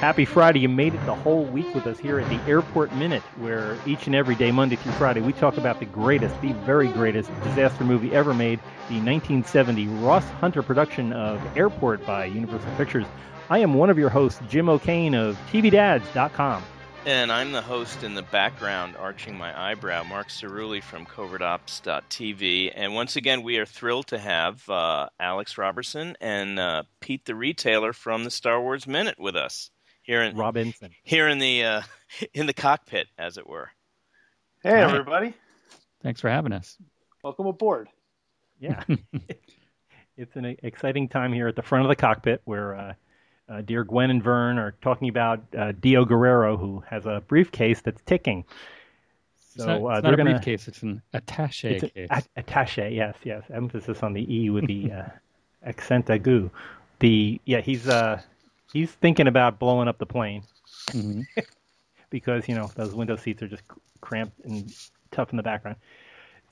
Happy Friday. You made it the whole week with us here at the Airport Minute, where each and every day, Monday through Friday, we talk about the greatest, the very greatest disaster movie ever made, the 1970 Ross Hunter production of Airport by Universal Pictures. I am one of your hosts, Jim O'Kane of TVDads.com. And I'm the host in the background, arching my eyebrow, Mark Cerulli from CovertOps.tv. And once again, we are thrilled to have uh, Alex Robertson and uh, Pete the Retailer from the Star Wars Minute with us here in Robinson. here in the uh, in the cockpit, as it were. Hey, Hi. everybody. Thanks for having us. Welcome aboard. Yeah. it's an exciting time here at the front of the cockpit where uh, uh, dear Gwen and Vern are talking about uh, Dio Guerrero, who has a briefcase that's ticking. It's not, So uh, it's they're not a gonna- briefcase; it's an attaché It's a- case. a- attache, yes, yes. Emphasis on the E with the uh, accent aigu. The yeah, he's uh, he's thinking about blowing up the plane Mhm. because you know those window seats are just cramped and tough in the background.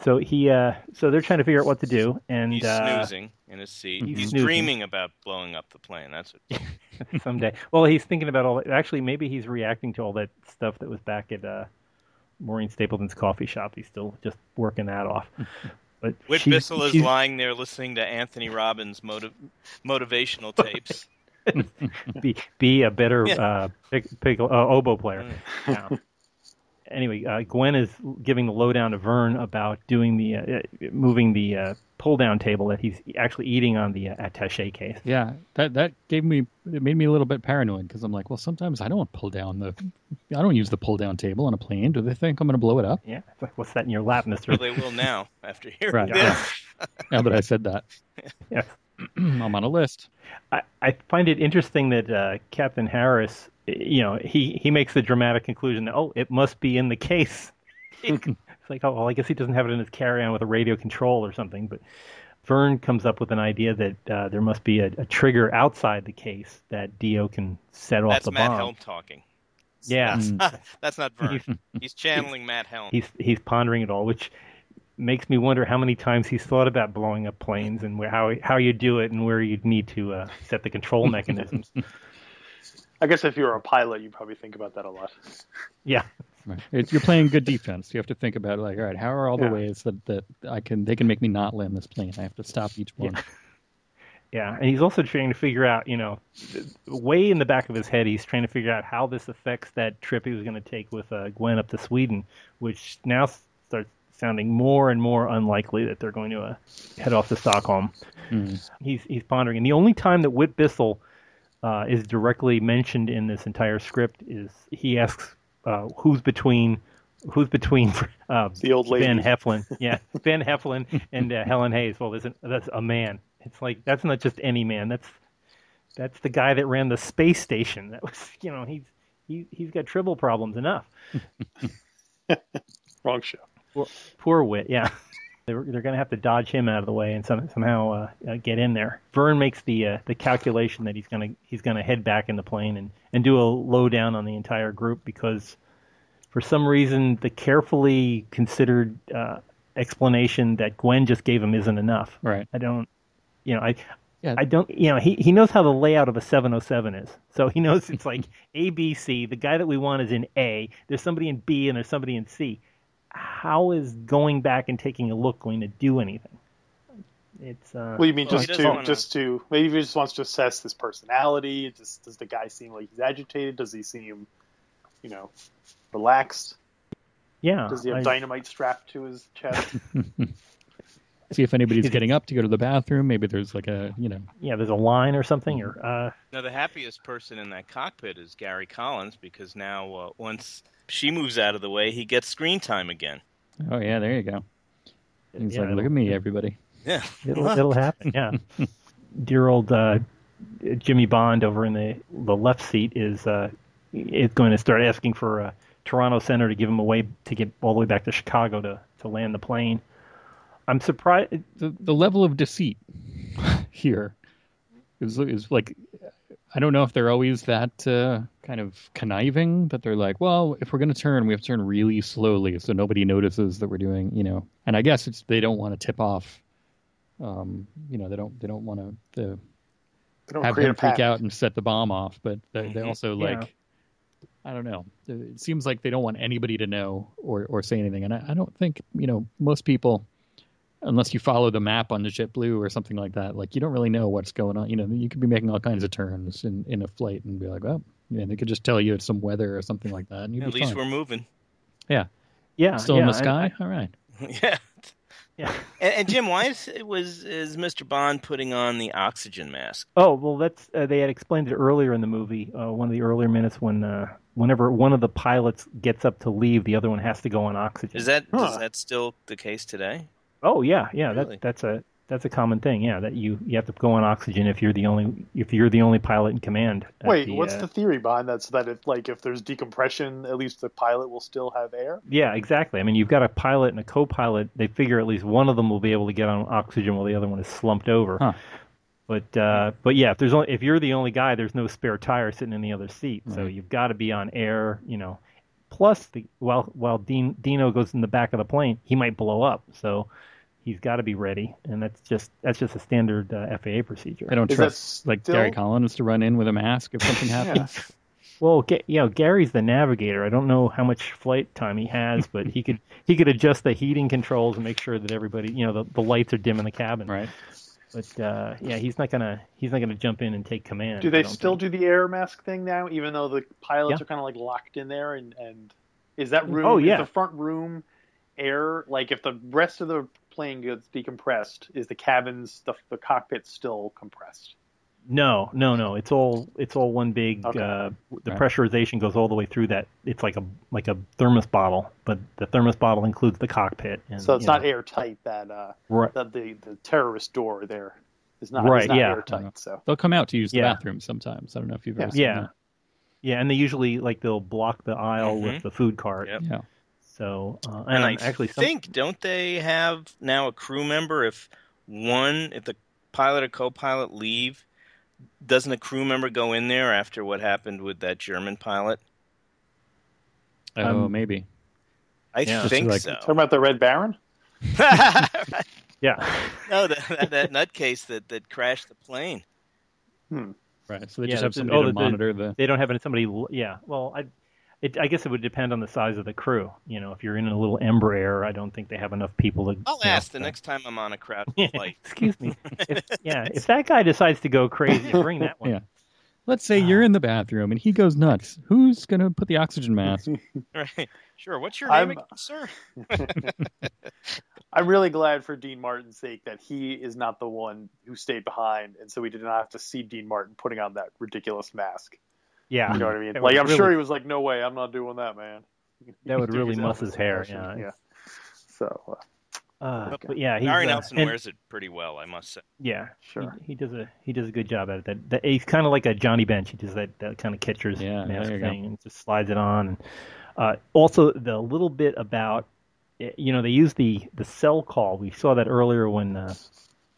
So he uh, so they're trying to figure out what to do, and He's uh, snoozing in his seat. he's He's snoozing. dreaming about blowing up the plane. That's what, someday. Well, he's thinking about all. That. Actually, maybe he's reacting to all that stuff that was back at uh, Maureen Stapleton's coffee shop. He's still just working that off. But Whit she's- Bissell is she's- lying there listening to Anthony Robbins' motiv- motivational tapes. be be a better Yeah. uh, pick, pick, uh, oboe player. Yeah. anyway, uh, Gwen is giving the lowdown to Vern about doing the uh, uh, moving the uh, pull down table that he's actually eating on the uh, attaché case. Yeah, that that gave me it made me a little bit paranoid because I'm like, well, sometimes I don't pull down the, I don't use the pull down table on a plane. Do they think I'm going to blow it up? Yeah, it's like what's that in your lap, Mister? Well, they will now after hearing Right. this. Now that I said that, Mm, Yeah. I'm on a list. I, I find it interesting that uh, Captain Harris, y- you know, he, he makes the dramatic conclusion that, oh, it must be in the case. it's like, oh, well, I guess he doesn't have it in his carry on with a radio control or something. But Vern comes up with an idea that uh, there must be a, a trigger outside the case that Dio can set off That's the Matt bomb. Helm talking. Yeah. That's not, that's not Vern. He's channeling Matt Helm. He's, he's pondering it all, which makes me wonder how many times he's thought about blowing up planes and where, how, how you do it and where you'd need to uh, set the control mechanisms. I guess if you were a pilot, you probably think about that a lot. yeah. Right. It's, you're playing good defense. You have to think about like, all right, how are all the Yeah. ways that, that I can they can make me not land this plane? I have to stop each one. Yeah, and he's also trying to figure out, you know, th- way in the back of his head, he's trying to figure out how this affects that trip he was going to take with uh, Gwen up to Sweden, which now s- starts sounding more and more unlikely that they're going to uh, head off to Stockholm. Hmm. He's he's pondering, and the only time that Whit Bissell uh, is directly mentioned in this entire script is he asks uh, who's between who's between uh, The old lady. Ben Heflin. Yeah, Ben Heflin and uh, Helen Hayes. Well, isn't that's a man? It's like that's not just any man. That's that's the guy that ran the space station. That was you know he's he he's got triple problems enough. Wrong show. Poor Wit. Yeah. They're, they're going to have to dodge him out of the way and some, somehow uh, uh, get in there. Vern makes the uh, the calculation that he's going to he's going to head back in the plane and, and do a lowdown on the entire group because for some reason the carefully considered uh, explanation that Gwen just gave him isn't enough. Right. I don't, you know, I, Yeah. I don't, you know, he, he knows how the layout of a 707 is. So he knows it's like A, B, C. The guy that we want is in A. There's somebody in B and there's somebody in C. How is going back and taking a look going to do anything? It's, uh, Well, you mean Well, he just doesn't to wanna- just to maybe he just wants to assess his personality. Does does the guy seem like he's agitated? Does he seem, you know, relaxed? yeah. Does he have Uh, I- dynamite strapped to his chest? See if anybody's getting up to go to the bathroom. Maybe there's like a you know yeah, there's a line or something or, uh, Now, the happiest person in that cockpit is Gary Collins because now, uh, once she moves out of the way, he gets screen time again. oh yeah there you go. He's yeah, like look at me everybody. Yeah. It'll it'll happen. Yeah. Dear old uh, Jimmy Bond over in the the left seat is uh, is going to start asking for a Toronto Center to give him a way to get all the way back to Chicago to to land the plane. I'm surprised. the, the level of deceit here is is like I don't know if they're always that uh, kind of conniving that they're like, well, if we're going to turn, we have to turn really slowly so nobody notices that we're doing, you know. And I guess it's they don't want to tip off, um, you know, they don't they don't want to the They don't have create them a freak panic. out and set the bomb off, but they, they Mhm. also Mm-hmm. Yeah. like I don't know. It seems like they don't want anybody to know or or say anything, and I, I don't think you know most people, unless you follow the map on the JetBlue or something like that, like you don't really know what's going on. You know, you could be making all kinds of turns in in a flight and be like, oh, yeah, they could just tell you it's some weather or something like that, and you'd At be least fine. we're moving. Yeah, still yeah, in I- the sky. all right. yeah. yeah. And, and Jim, why is, was is Mr. Bond putting on the oxygen mask? Oh well, that's uh, they had explained it earlier in the movie. Uh, one of the earlier minutes when uh, whenever one of the pilots gets up to leave, the other one has to go on oxygen. Is that is Huh. that still the case today? Oh yeah, yeah. Really? That, that's a that's a common thing. Yeah, that you you have to go on oxygen if you're the only if you're the only pilot in command. at Wait, what's uh, the theory behind that? So that if like if there's decompression, at least the pilot will still have air. Yeah, exactly. I mean, you've got a pilot and a co-pilot. They figure at least one of them will be able to get on oxygen while the other one is slumped over. Huh. But uh, but yeah, if there's only if you're the only guy, there's no spare tire sitting in the other seat, so Right. you've got to be on air. You know, plus the while while Dean, Dino goes in the back of the plane, he might blow up, so he's got to be ready. And that's just that's just a standard uh, FAA procedure. I don't Is trust that like still- Gary Collins to run in with a mask if something Yeah. happens. Well, Ga- you know, Gary's the navigator. I don't know how much flight time he has, but he could he could adjust the heating controls and make sure that everybody, you know, the, the lights are dim in the cabin. Right. But uh, yeah, he's not gonna he's not gonna jump in and take command. Do I they don't still think. do the air mask thing now, even though the pilots Yeah. are kind of like locked in there? And, and is that room, Oh, is yeah. the front room air, like if the rest of the plane gets decompressed, is the cabin's, the, the cockpit still compressed? No, no, no. It's all it's all one big. Okay. Uh, the Right. pressurization goes all the way through that. It's like a like a thermos bottle, but the thermos bottle includes the cockpit. And, so it's you know, not airtight that, uh, right. that the, the terrorist door there is not, Right, is not yeah. airtight. So They'll come out to use the Yeah. bathroom sometimes. I don't know if you've Yeah. ever seen Yeah, yeah, and they usually like they'll block the aisle Mm-hmm. with the food cart. Yep. that. Yeah. So uh, And and, I actually some- think don't they have now a crew member if one if the pilot or co-pilot leave doesn't a crew member go in there after what happened with that German pilot? Oh, Um, maybe. I Yeah. Just think like- so. talking about the Red Baron? yeah. no, that, that, that nutcase that, that crashed the plane. Right. So they Yeah, just have this is- somebody oh, to the- the- monitor the. they don't have any- somebody. l- Yeah. Well, I, it, I guess it would depend on the size of the crew. You know, if you're in a little Embraer, I don't think they have enough people to. I'll you know, ask the uh, next time I'm on a crowded flight. Excuse me. If, yeah, if that guy decides to go crazy, bring that one. Yeah. Let's say you're in the bathroom and he goes nuts. Who's going to put the oxygen mask? Right. Sure. What's your I'm- name, again, sir? I'm really glad for Dean Martin's sake that he is not the one who stayed behind, and so we did not have to see Dean Martin putting on that ridiculous mask. Yeah, You know what I mean? It Like, was I'm really- sure he was like, "No way, I'm not doing that, man." that would Dude, really he's muss out of his hair. proportion. Yeah. yeah. So uh, Uh, but yeah, he's, Ari uh, Nelson and- wears it pretty well, I must say. Yeah, sure. he, he does a he does a good job at it. That, that he's kind of like a Johnny Bench. He does that, that kind of catcher's Yeah, mask there you go. thing and just slides it on. And, uh, also, the little bit about eh, you know they use the the cell call. We saw that earlier when uh,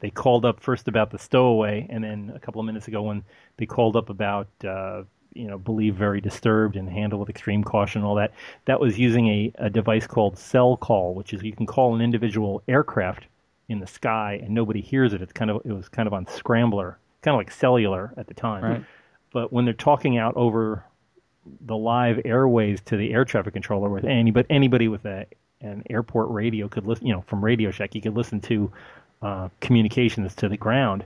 they called up first about the stowaway, and then a couple of minutes ago when they called up about uh, you know believe very disturbed and handle with extreme caution and all that. That was using a, a device called cell call, which is you can call an individual aircraft in the sky and nobody hears it. It's kind of it was kind of on scrambler, kind of like cellular at the time. Right. But when they're talking out over the live airways to the air traffic controller with anybody anybody with a an airport radio could listen, you know, from Radio Shack, you could listen to uh, communications to the ground.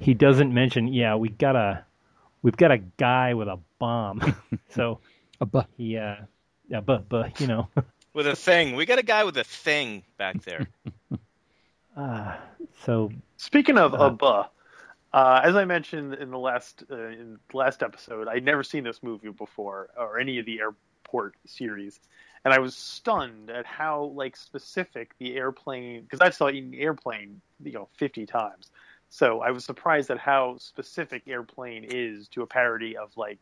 He doesn't mention, yeah, we got a we've got a guy with a bomb. so A bu- he uh yeah, but but you know, With a thing. We got a guy with a thing back there. uh, so Speaking of Uh-huh. Abba, uh, as I mentioned in the last uh, in the last episode, I'd never seen this movie before or any of the airport series, and I was stunned at how like specific the airplane because I saw Eating Airplane you know fifty times, so I was surprised at how specific Airplane is to a parody of like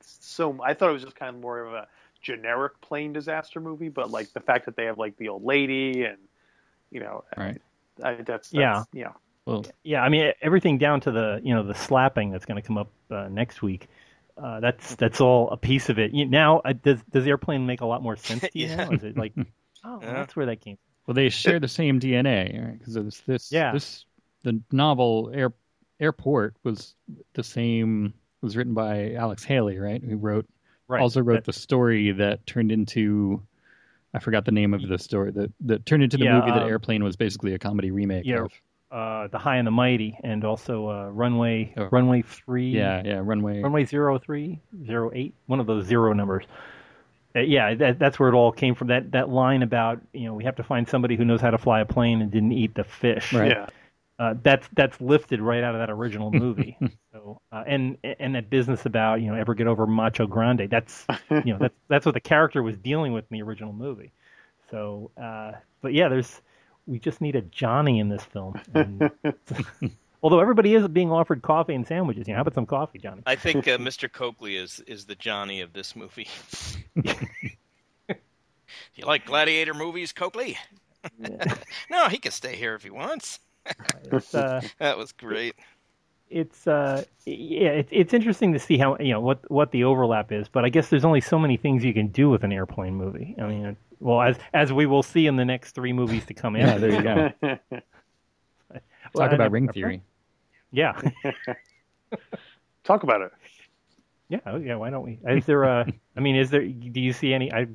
so. I thought it was just kind of more of a generic plane disaster movie, but like the fact that they have like the old lady and you know Right. I, that's, that's Yeah. yeah. well, Yeah, I mean e, everything down to the you know the slapping that's going to come up uh, next week. Uh, Mm-hmm. that's that's all a piece of it. You, now, uh, does does airplane make a lot more sense to you? Yeah. now? Is it like, oh, Yeah. that's where that came? well, they share the same DNA, right? Because this, this, Yeah. this, the novel air Airport was the same. Was written by Alex Haley, right? Who wrote Right. also wrote That- the story that turned into. I forgot the name of the story that, that turned into the Yeah, movie that um, Airplane was basically a comedy remake. Yeah, of. uh, the High and the Mighty, and also uh, Runway Oh. Runway Three. yeah, yeah. Runway. Runway zero three zero eight, one of those zero numbers. Uh, yeah, that, that's where it all came from. That that line about you know we have to find somebody who knows how to fly a plane and didn't eat the fish. Right. Yeah. Uh, that's that's lifted right out of that original movie. so uh, and and that business about you know ever get over Macho Grande. That's you know that's that's what the character was dealing with in the original movie. So uh, but yeah, there's we just need a Johnny in this film. And- although everybody is being offered coffee and sandwiches. You know, how about some coffee, Johnny? I think uh, Mr. Coakley is is the Johnny of this movie. you like gladiator movies, Coakley? no, he can stay here if he wants. It's, uh, That was great. it's uh yeah it, it's interesting to see how you know what what the overlap is but i guess there's only so many things you can do with an airplane movie i mean well as as we will see in the next three movies to come Yeah, in there you go. Well, Talk about and- ring theory. yeah Talk about it. yeah oh, yeah why don't we is there a i mean is there do you see any i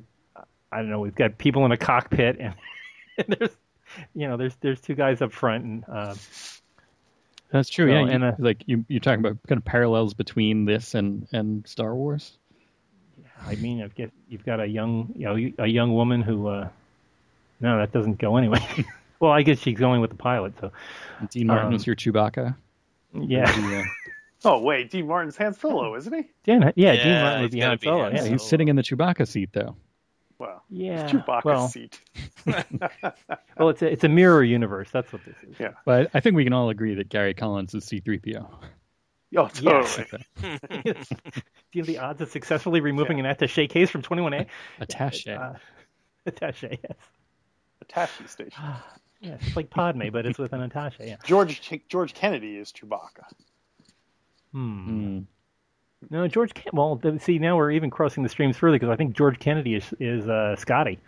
i don't know we've got people in a cockpit and, and there's you know there's there's two guys up front and uh That's true. So, yeah, and, and uh, like you, you're talking about kind of parallels between this and and Star Wars. I mean, I guess you've got a young, you know, a young woman who. Uh, no, that doesn't go anyway. well, I guess she's going with the pilot, so Dean Martin Um, was your Chewbacca. yeah, The, uh, Oh wait, Dean Martin's Han Solo, isn't he? Dan, yeah, Yeah, Dean Martin would he's be gotta Han be Solo. yeah, Han yeah, he's- he's sitting in the Chewbacca seat though. Wow. yeah. Chewbacca well, seat. well, it's a it's a mirror universe. That's what this is. Yeah. But I think we can all agree that Gary Collins is C-3PO. Uh, Oh, totally. Yes. Do you have the odds of successfully removing an attaché case from 21A? Attaché. Uh, attaché, yes. Attache station. Yeah, it's like Padme, but it's with an attaché. Yeah. George Ch- George Kennedy is Chewbacca. Hmm. Hmm. No, George. Ken- well, th- see, now we're even crossing the streams further because I think George Kennedy is is uh, Scotty.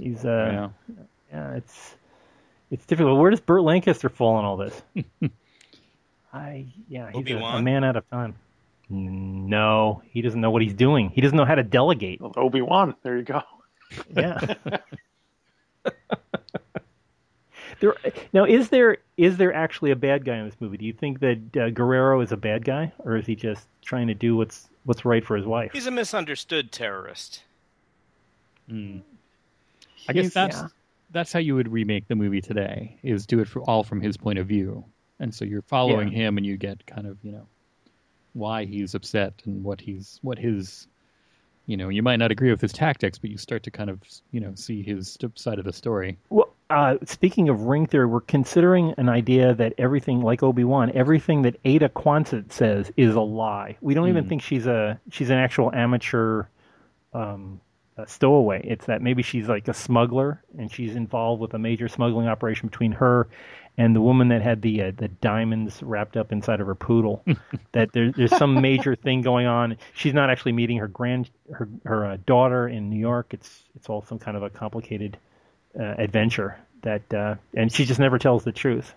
He's uh, yeah. yeah, it's it's difficult. Where does Burt Lancaster fall in all this? I yeah, he's a, a Obi-Wan? man out of time. No, he doesn't know what he's doing. He doesn't know how to delegate. Obi Wan. There you go. Yeah. there now is there is there actually a bad guy in this movie? Do you think that uh, Guerrero is a bad guy, or is he just trying to do what's what's right for his wife? He's a misunderstood terrorist. Hmm. I guess He's- that's yeah. that's how you would remake the movie today is do it for all from his point of view, and so you're following him and you get kind of you know why he's upset and what he's what his you know you might not agree with his tactics, but you start to kind of you know see his st- side of the story. Well, uh, speaking of ring theory, we're considering an idea that everything, like Obi Wan, everything that Ada Quonset says is a lie. We don't even Hmm. think she's a she's an actual amateur um, uh, stowaway. It's that maybe she's like a smuggler and she's involved with a major smuggling operation between her and the woman that had the uh, the diamonds wrapped up inside of her poodle. that there, there's some major thing going on. She's not actually meeting her grand her her uh, daughter in New York. It's it's all some kind of a complicated uh, adventure that uh, and she just never tells the truth.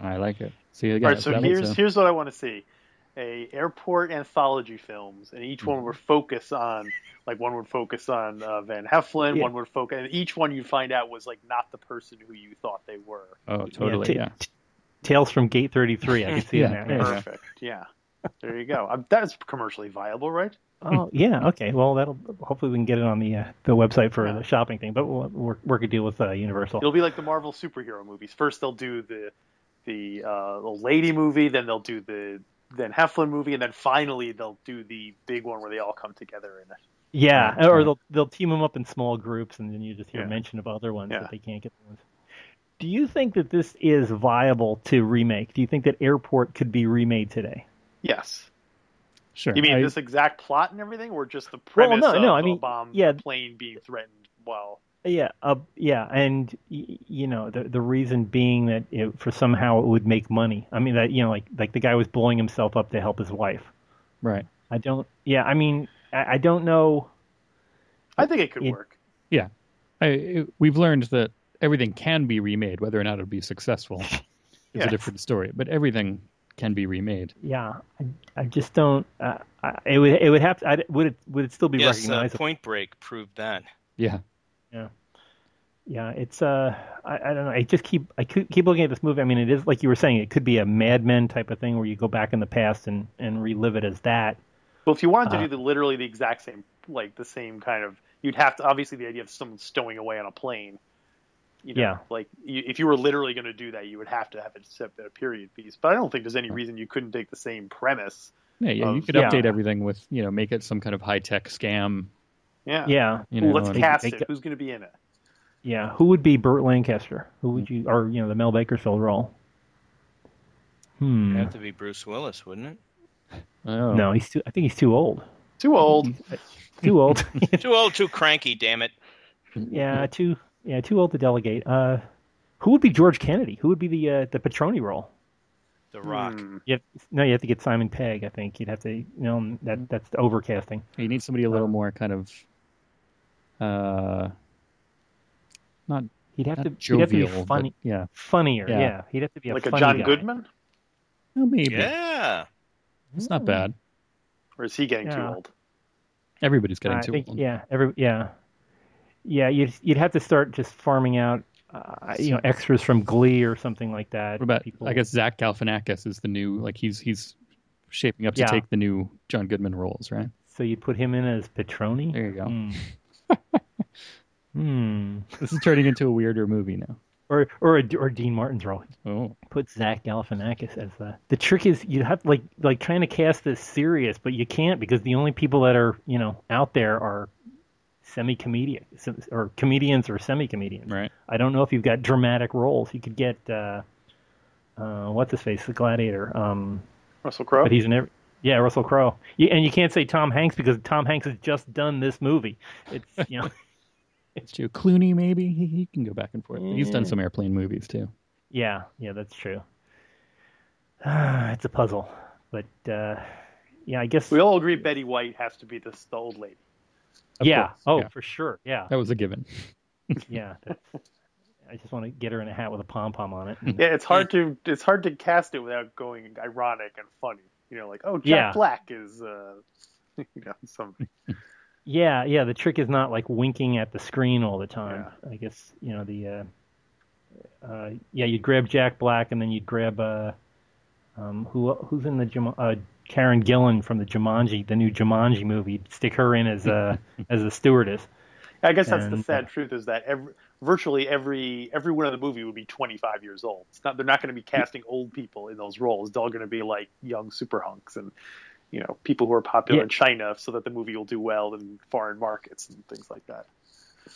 I like it. See again. All right. So here's here's what I want to see: a airport anthology films, and each Mm-hmm. one would focus on like one would focus on uh, Van Heflin, Yeah. one would focus, and each one you find out was like not the person who you thought they were. oh totally t- yeah. t- Tales from Gate 33. I can see Yeah, it now. yeah. Perfect. Yeah. There you go. Um, that's commercially viable, right? Oh yeah, okay. Well, that'll hopefully we can get it on the uh, the website for Yeah. the shopping thing, but we'll work work a deal with uh, Universal. It'll be like the Marvel superhero movies. First they'll do the the uh, the lady movie, then they'll do the then Heflin movie, and then finally they'll do the big one where they all come together in it. yeah, Yeah, or yeah. they'll they'll team them up in small groups, and then you just hear Yeah. mention of other ones Yeah. that they can't get. The ones. Do you think that this is viable to remake? Do you think that Airport could be remade today? Yes. Sure. You mean I- this exact plot and everything, or just the Well, premise no, of no, I a mean, bomb yeah. plane being threatened? Well, Yeah, uh, yeah, and y- you know the the reason being that it, for somehow it would make money. I mean that you know like like the guy was blowing himself up to help his wife. right. I don't. Yeah, I mean I, I don't know. I think it could Yeah. work. I, it- we've learned that everything can be remade, whether or not it'll be successful is Yeah. a different story. But everything can be remade. Yeah, I, I just don't. Uh, I, it would it would have to, I, would it would it still be Yes, uh, recognizable? Point Break proved that. Yeah. Yeah, it's uh, I, I don't know. I just keep I keep keep looking at this movie. I mean, it is like you were saying, it could be a Mad Men type of thing where you go back in the past and and relive it as that. Well, if you wanted to Uh, do the literally the exact same, like the same kind of, you'd have to obviously the idea of someone stowing away on a plane. You know, Yeah. Like you, if you were literally going to do that, you would have to have it set in a period piece. But I don't think there's any reason you couldn't take the same premise. Yeah, yeah, you Um, could yeah. update everything with, you know, make it some kind of high tech scam. Yeah. Yeah, You know, Well, let's and- cast they- it. Who's going to be in it? yeah. Who would be Burt Lancaster? Who would you or you know the Mel Bakersfield role? It'd Hmm. have to be Bruce Willis, wouldn't uh, oh, No, he's too. I think he's too old. Too old. Mm-hmm. Too old. it? Too old, too cranky. Damn it! yeah, too. Yeah, too old to delegate. Uh, who would be George Kennedy? Who would be the uh, the Patroni role? The Rock. Hmm. You have, no, you have to get Simon Pegg. I think you'd have to. You know, that that's the overcasting. You need somebody a little more kind of, uh, not, He'd have not to. he'd jovial. have to be but- funny, yeah. funnier. Yeah. Yeah. he'd have to be a like a funny John guy. Goodman, Well, maybe. Yeah. It's not bad. or is he getting Yeah. too old? Everybody's getting I too think, old. yeah, every yeah, yeah. You'd you'd have to start just farming out, uh, you know, extras from Glee or something like that. What about, people? I guess Zach Galifianakis is the new, like, he's, he's shaping up to Yeah. take the new John Goodman roles, right? so. You'd put him in as Petroni. There you go. Hmm. Hmm. This is turning into a weirder movie now. Or or a, or Dean Martin's role. Oh, Put Zach Galifianakis as the. The trick is you have like like trying to cast this serious, but you can't because the only people that are you know out there are semi comedian or comedians or semi comedians. right. I don't know if you've got dramatic roles. You could get uh, uh, what's his face, the Gladiator, um, Russell Crowe. but he's in every. Yeah, Russell Crowe. You, and you can't say Tom Hanks because Tom Hanks has just done this movie. It's you know, It's Joe Clooney, maybe. He, he can go back and forth. He's done Yeah. some airplane movies, too. yeah, yeah, that's true. it's a puzzle, but uh, yeah, I guess. We all agree Betty White has to be this the old lady. Of yeah. course, Oh, yeah. for sure. Yeah, That was a given. yeah. that's- I just want to get her in a hat with a pom pom on it. Yeah, it's hard to it's hard to cast it without going ironic and funny. You know, like oh, Jack Yeah. Black is uh, you know something. Yeah, yeah. The trick is not like winking at the screen all the time. I guess you know the. Uh, uh, yeah, you'd grab Jack Black, and then you'd grab uh, um, who who's in the Jum- uh, Karen Gillan from the Jumanji, the new Jumanji movie. You'd stick her in as a as a stewardess. I guess that's the And, sad truth is that every virtually every everyone in the movie would be 25 years old. It's not they're not going to be casting old people in those roles. They're all going to be like young super hunks and you know people who are popular Yeah. in China, so that the movie will do well in foreign markets and things like that.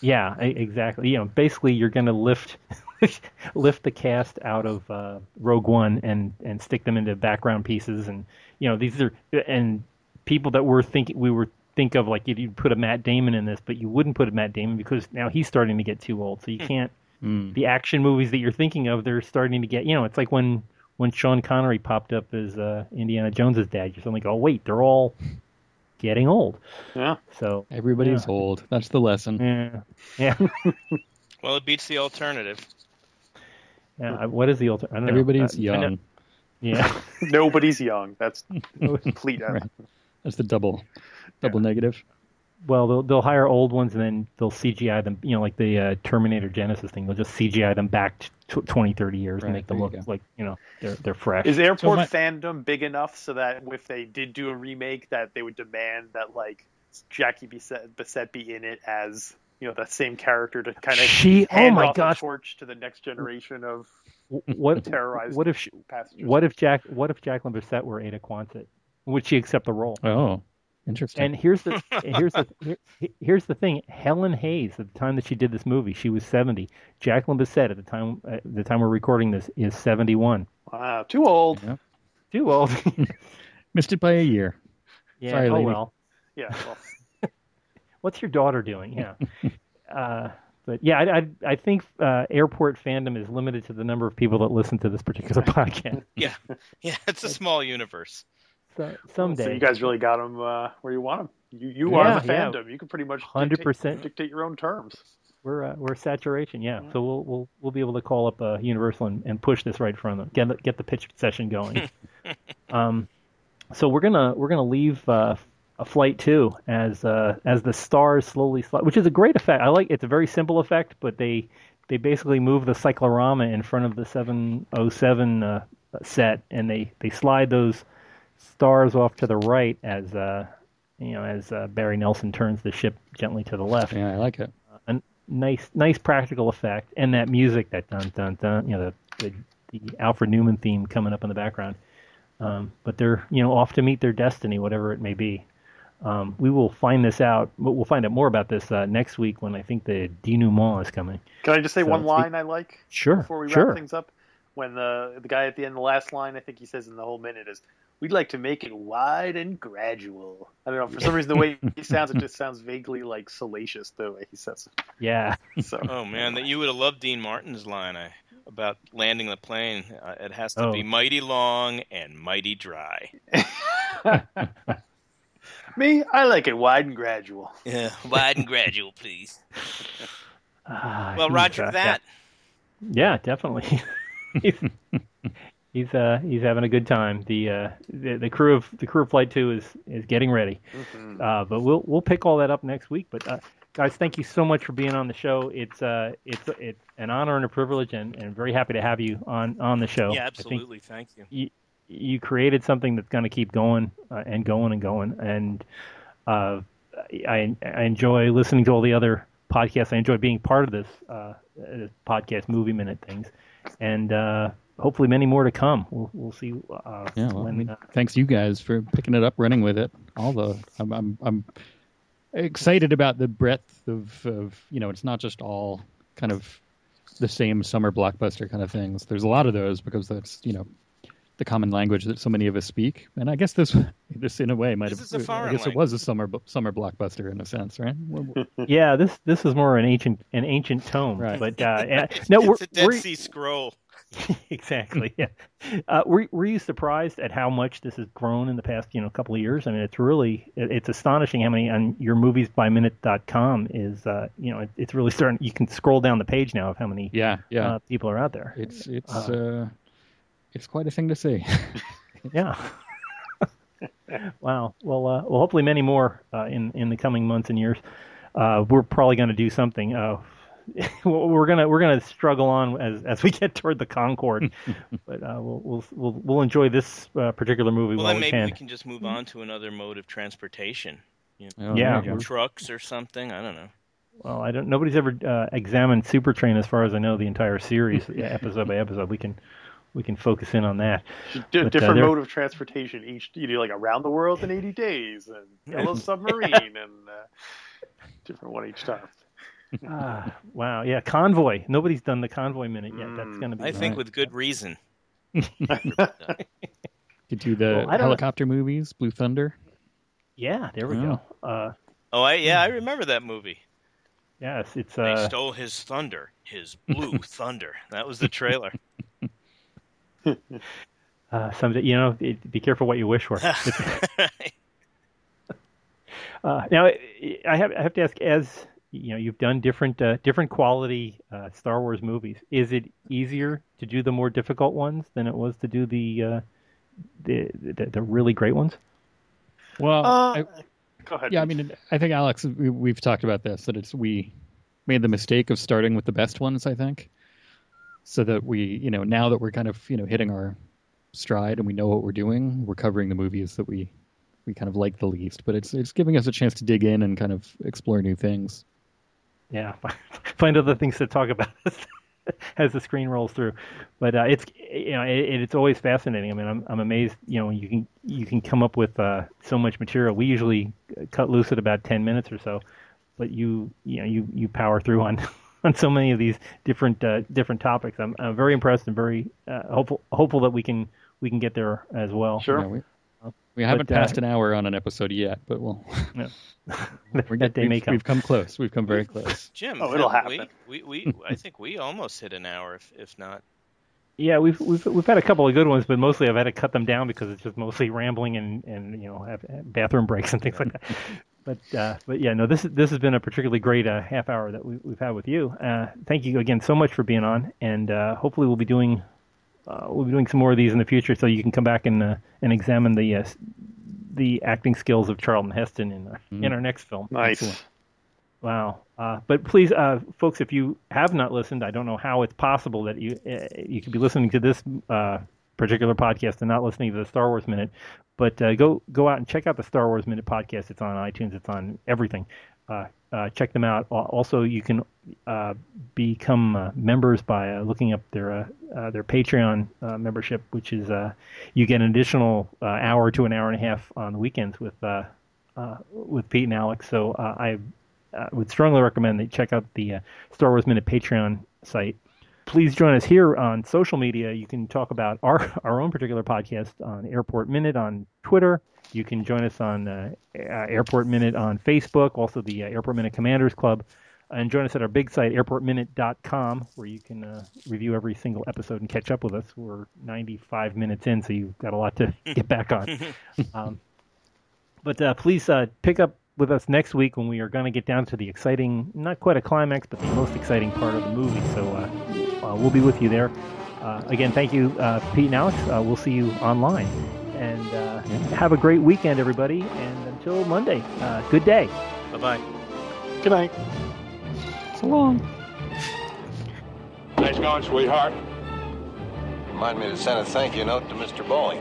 Yeah, e- exactly. You know, basically, you're going to lift lift the cast out of uh, Rogue One and and stick them into background pieces, and you know these are and people that we're thinking we were think of like you'd, you'd put a Matt Damon in this, but you wouldn't put a Matt Damon because now he's starting to get too old, so you can't. Mm. The action movies that you're thinking of, they're starting to get. You know, it's like when when Sean Connery popped up as uh, Indiana Jones's dad. You're suddenly go, oh wait, they're all getting old. Yeah. So Everybody's Yeah. old. That's the lesson. yeah, yeah. Well, it beats the alternative. Yeah, I- what is the ultimate? I don't know. Everybody's Uh, I know- young. Yeah, Nobody's young. That's complete. Right. That's the double, double negative. well, they'll they'll hire old ones and then they'll CGI them. You know, like the uh, Terminator Genesis thing. They'll just CGI them back t- 20, 30 years Right, and make them there look you go. like you know they're they're fresh. Is airport my- fandom big enough so that if they did do a remake, that they would demand that like Jackie Bissett, Bissett be in it as you know that same character to kind of she? Oh hand my off gosh! the torch to the next generation of w- What terrorized what if she, passengers. what if Jack what if Jacqueline Bisset were Ada Quantit? Would she accept the role? Oh, interesting. And here's the here's the here- here's the thing. Helen Hayes, at the time that she did this movie, she was seventy. Jacqueline Bisset, at the time at the time we're recording this, is seventy one. Wow, too old. Too old. Missed it by a year. yeah. Sorry, oh lady. well. Yeah, well, what's your daughter doing? Yeah. uh, but yeah, I, I, I think uh, airport fandom is limited to the number of people that listen to this particular podcast. Yeah, yeah. It's a small universe. So, so someday, you guys really got them uh, where you want them. You you Yeah, are the yeah. fandom. You can pretty much hundred percent, dictate your own terms. we're uh, we're saturation. Yeah. So we'll we'll we'll be able to call up uh, Universal and, and push this right from them. Get the- get the pitch session going. Um, so we're gonna we're gonna leave uh, a flight two as uh, as the stars slowly slide, which is a great effect. I like it's a very simple effect, but they they basically move the cyclorama in front of the 707 uh, set, and they they slide those stars off to the right as uh, you know as uh, Barry Nelson turns the ship gently to the left. Yeah, I like it. Nice nice practical effect, and that music that dun dun dun you know the the, the Alfred Newman theme coming up in the background. Um, but they're you know off to meet their destiny, whatever it may be. Um, we will find this out, but we'll find out more about this uh, next week when I think the denouement is coming. Can I just say So one it's- line I like Sure, before we sure. wrap things up? When the the guy at the end, the last line I think he says in the whole minute is, "We'd like to make it wide and gradual." I don't know for some reason the way he sounds it just sounds vaguely like salacious the way he says Yeah, it. So Oh man, that you would have loved Dean Martin's line I, about landing the plane. Uh, it has to Oh. be mighty long and mighty dry. me, I like it wide and gradual. Yeah, wide and gradual, please. Ah, Well, he's, Roger uh, that. Yeah, definitely. he's he's, uh, he's having a good time. The, uh, the the crew of the crew of Flight Two is is getting ready. Mhm. Uh, but we'll we'll pick all that up next week. But uh, guys, thank you so much for being on the show. It's uh it's it's an honor and a privilege, and, and very happy to have you on on the show. yeah, I think absolutely. Thank you. you created something that's going to keep going uh, and going and going. And uh, I, I enjoy listening to all the other podcasts. I enjoy being part of this, uh, this podcast movie minute things, and uh, hopefully many more to come. We'll, we'll see. Uh, Yeah, well, I when, mean, uh, thanks you guys for picking it up, running with it. All the I'm I'm, I'm excited about the breadth of, of you know it's not just all kind of the same summer blockbuster kind of things. There's a lot of those because that's you know the common language that so many of us speak. And I guess this this in a way might This have is a foreign I guess it language. was a summer bu- summer blockbuster in a sense, right? Well, yeah, this this is more an ancient an ancient tome, Right. but uh, and- no, we're, it's a Dead we're- Sea Scroll. exactly. Yeah. Uh, were Were you surprised at how much this has grown in the past, you know, couple of years? I mean, it's really it, it's astonishing how many on your moviesbyminute.com is, uh, you know, it, it's really starting. You can scroll down the page now of how many yeah, yeah. uh, people are out there. it's it's uh, it's quite a thing to see. Yeah. wow. Well, uh, well, hopefully many more uh, in in the coming months and years. Uh, we're probably going to do something. Uh, we're gonna we're gonna struggle on as as we get toward the Concord, but uh, we'll, we'll we'll we'll enjoy this uh, particular movie Well, while then we maybe can. we can just move on to another mode of transportation. You know, Oh, Yeah, there you go. trucks or something. I don't know. Well, I don't. Nobody's ever uh, examined Supertrain, as far as I know, the entire series, yeah, episode by episode. We can we can focus in on that. D- But, uh, different there- mode of transportation each. You do like around the world in eighty days and Yellow Submarine and uh, different one each time. Ah, wow. Yeah, convoy. Nobody's done the convoy minute yet. That's Mm, going to be. I think Right. with good reason. Could do the Well, I don't- helicopter movies, Blue Thunder. Yeah. There we Yeah. go. Uh, Oh, I, yeah, I remember that movie. yes, it's. They Hmm. Uh, stole his thunder, his blue thunder. That was the trailer. Uh, someday, you know, it, be careful what you wish for. uh, now, I I have, I have to ask, as you know, you've done different uh, different quality uh, Star Wars movies. Is it easier to do the more difficult ones than it was to do the uh, the, the the really great ones? Well, Uh, Go ahead. Oh, yeah i mean i think alex we, we've talked about this that it's we made the mistake of starting with the best ones i think so that we you know now that we're kind of you know hitting our stride and we know what we're doing we're covering the movies that we we kind of like the least but it's it's giving us a chance to dig in and kind of explore new things yeah, find other things to talk about as, as the screen rolls through. But uh, it's you know it, it's always fascinating. I mean, I'm I'm amazed. You know, you can you can come up with uh, so much material. We usually cut loose at about ten minutes or so, but you you know you you power through on. On so many of these different uh, different topics, I'm, I'm very impressed and very uh, hopeful hopeful that we can we can get there as well. Sure. You know, we, we haven't But, uh, passed an hour on an episode yet but we'll we're that day we've, may come. we've come close we've come very close Jim, Oh, it'll haven't happen. We, we, we, I think we almost hit an hour, if, if not. Yeah, we've we've we've had a couple of good ones, but mostly I've had to cut them down because it's just mostly rambling and and you know have bathroom breaks and things like that. But uh, but yeah, no, this is- this has been a particularly great uh, half hour that we, we've had with you. Uh, thank you again so much for being on, and uh, hopefully we'll be doing uh, we'll be doing some more of these in the future, so you can come back and uh, and examine the uh, s- the acting skills of Charlton Heston in uh, in our next film. Nice. Wow. Uh, but please, uh, folks, if you have not listened, I don't know how it's possible that you uh, you could be listening to this uh, particular podcast and not listening to the Star Wars Minute. But uh, go go out and check out the Star Wars Minute podcast. It's on iTunes. It's on everything. Uh, uh, check them out. Al- Also, you can uh, become uh, members by uh, looking up their uh, uh, their Patreon uh, membership, which is uh, you get an additional uh, hour to an hour and a half on the weekends with uh, uh, with Pete and Alex. So uh, I uh, would strongly recommend that you check out the uh, Star Wars Minute Patreon site. Please join us here on social media. You can talk about our, our own particular podcast on Airport Minute on Twitter. You can join us on uh, uh, Airport Minute on Facebook, also the uh, Airport Minute Commanders Club. And join us at our big site, airportminute.com, where you can uh, review every single episode and catch up with us. We're 95 minutes in, so you've got a lot to get back on. Um, but uh, please uh, pick up with us next week when we are going to get down to the exciting, not quite a climax, but the most exciting part of the movie. So uh, uh, we'll be with you there. Uh, again, thank you, uh, Pete and Alex. Uh, we'll see you online. And uh, have a great weekend, everybody. And until Monday, uh, good day. Bye bye. Good night. So long. Nice going, sweetheart. Remind me to send a thank you note to Mr. Boeing.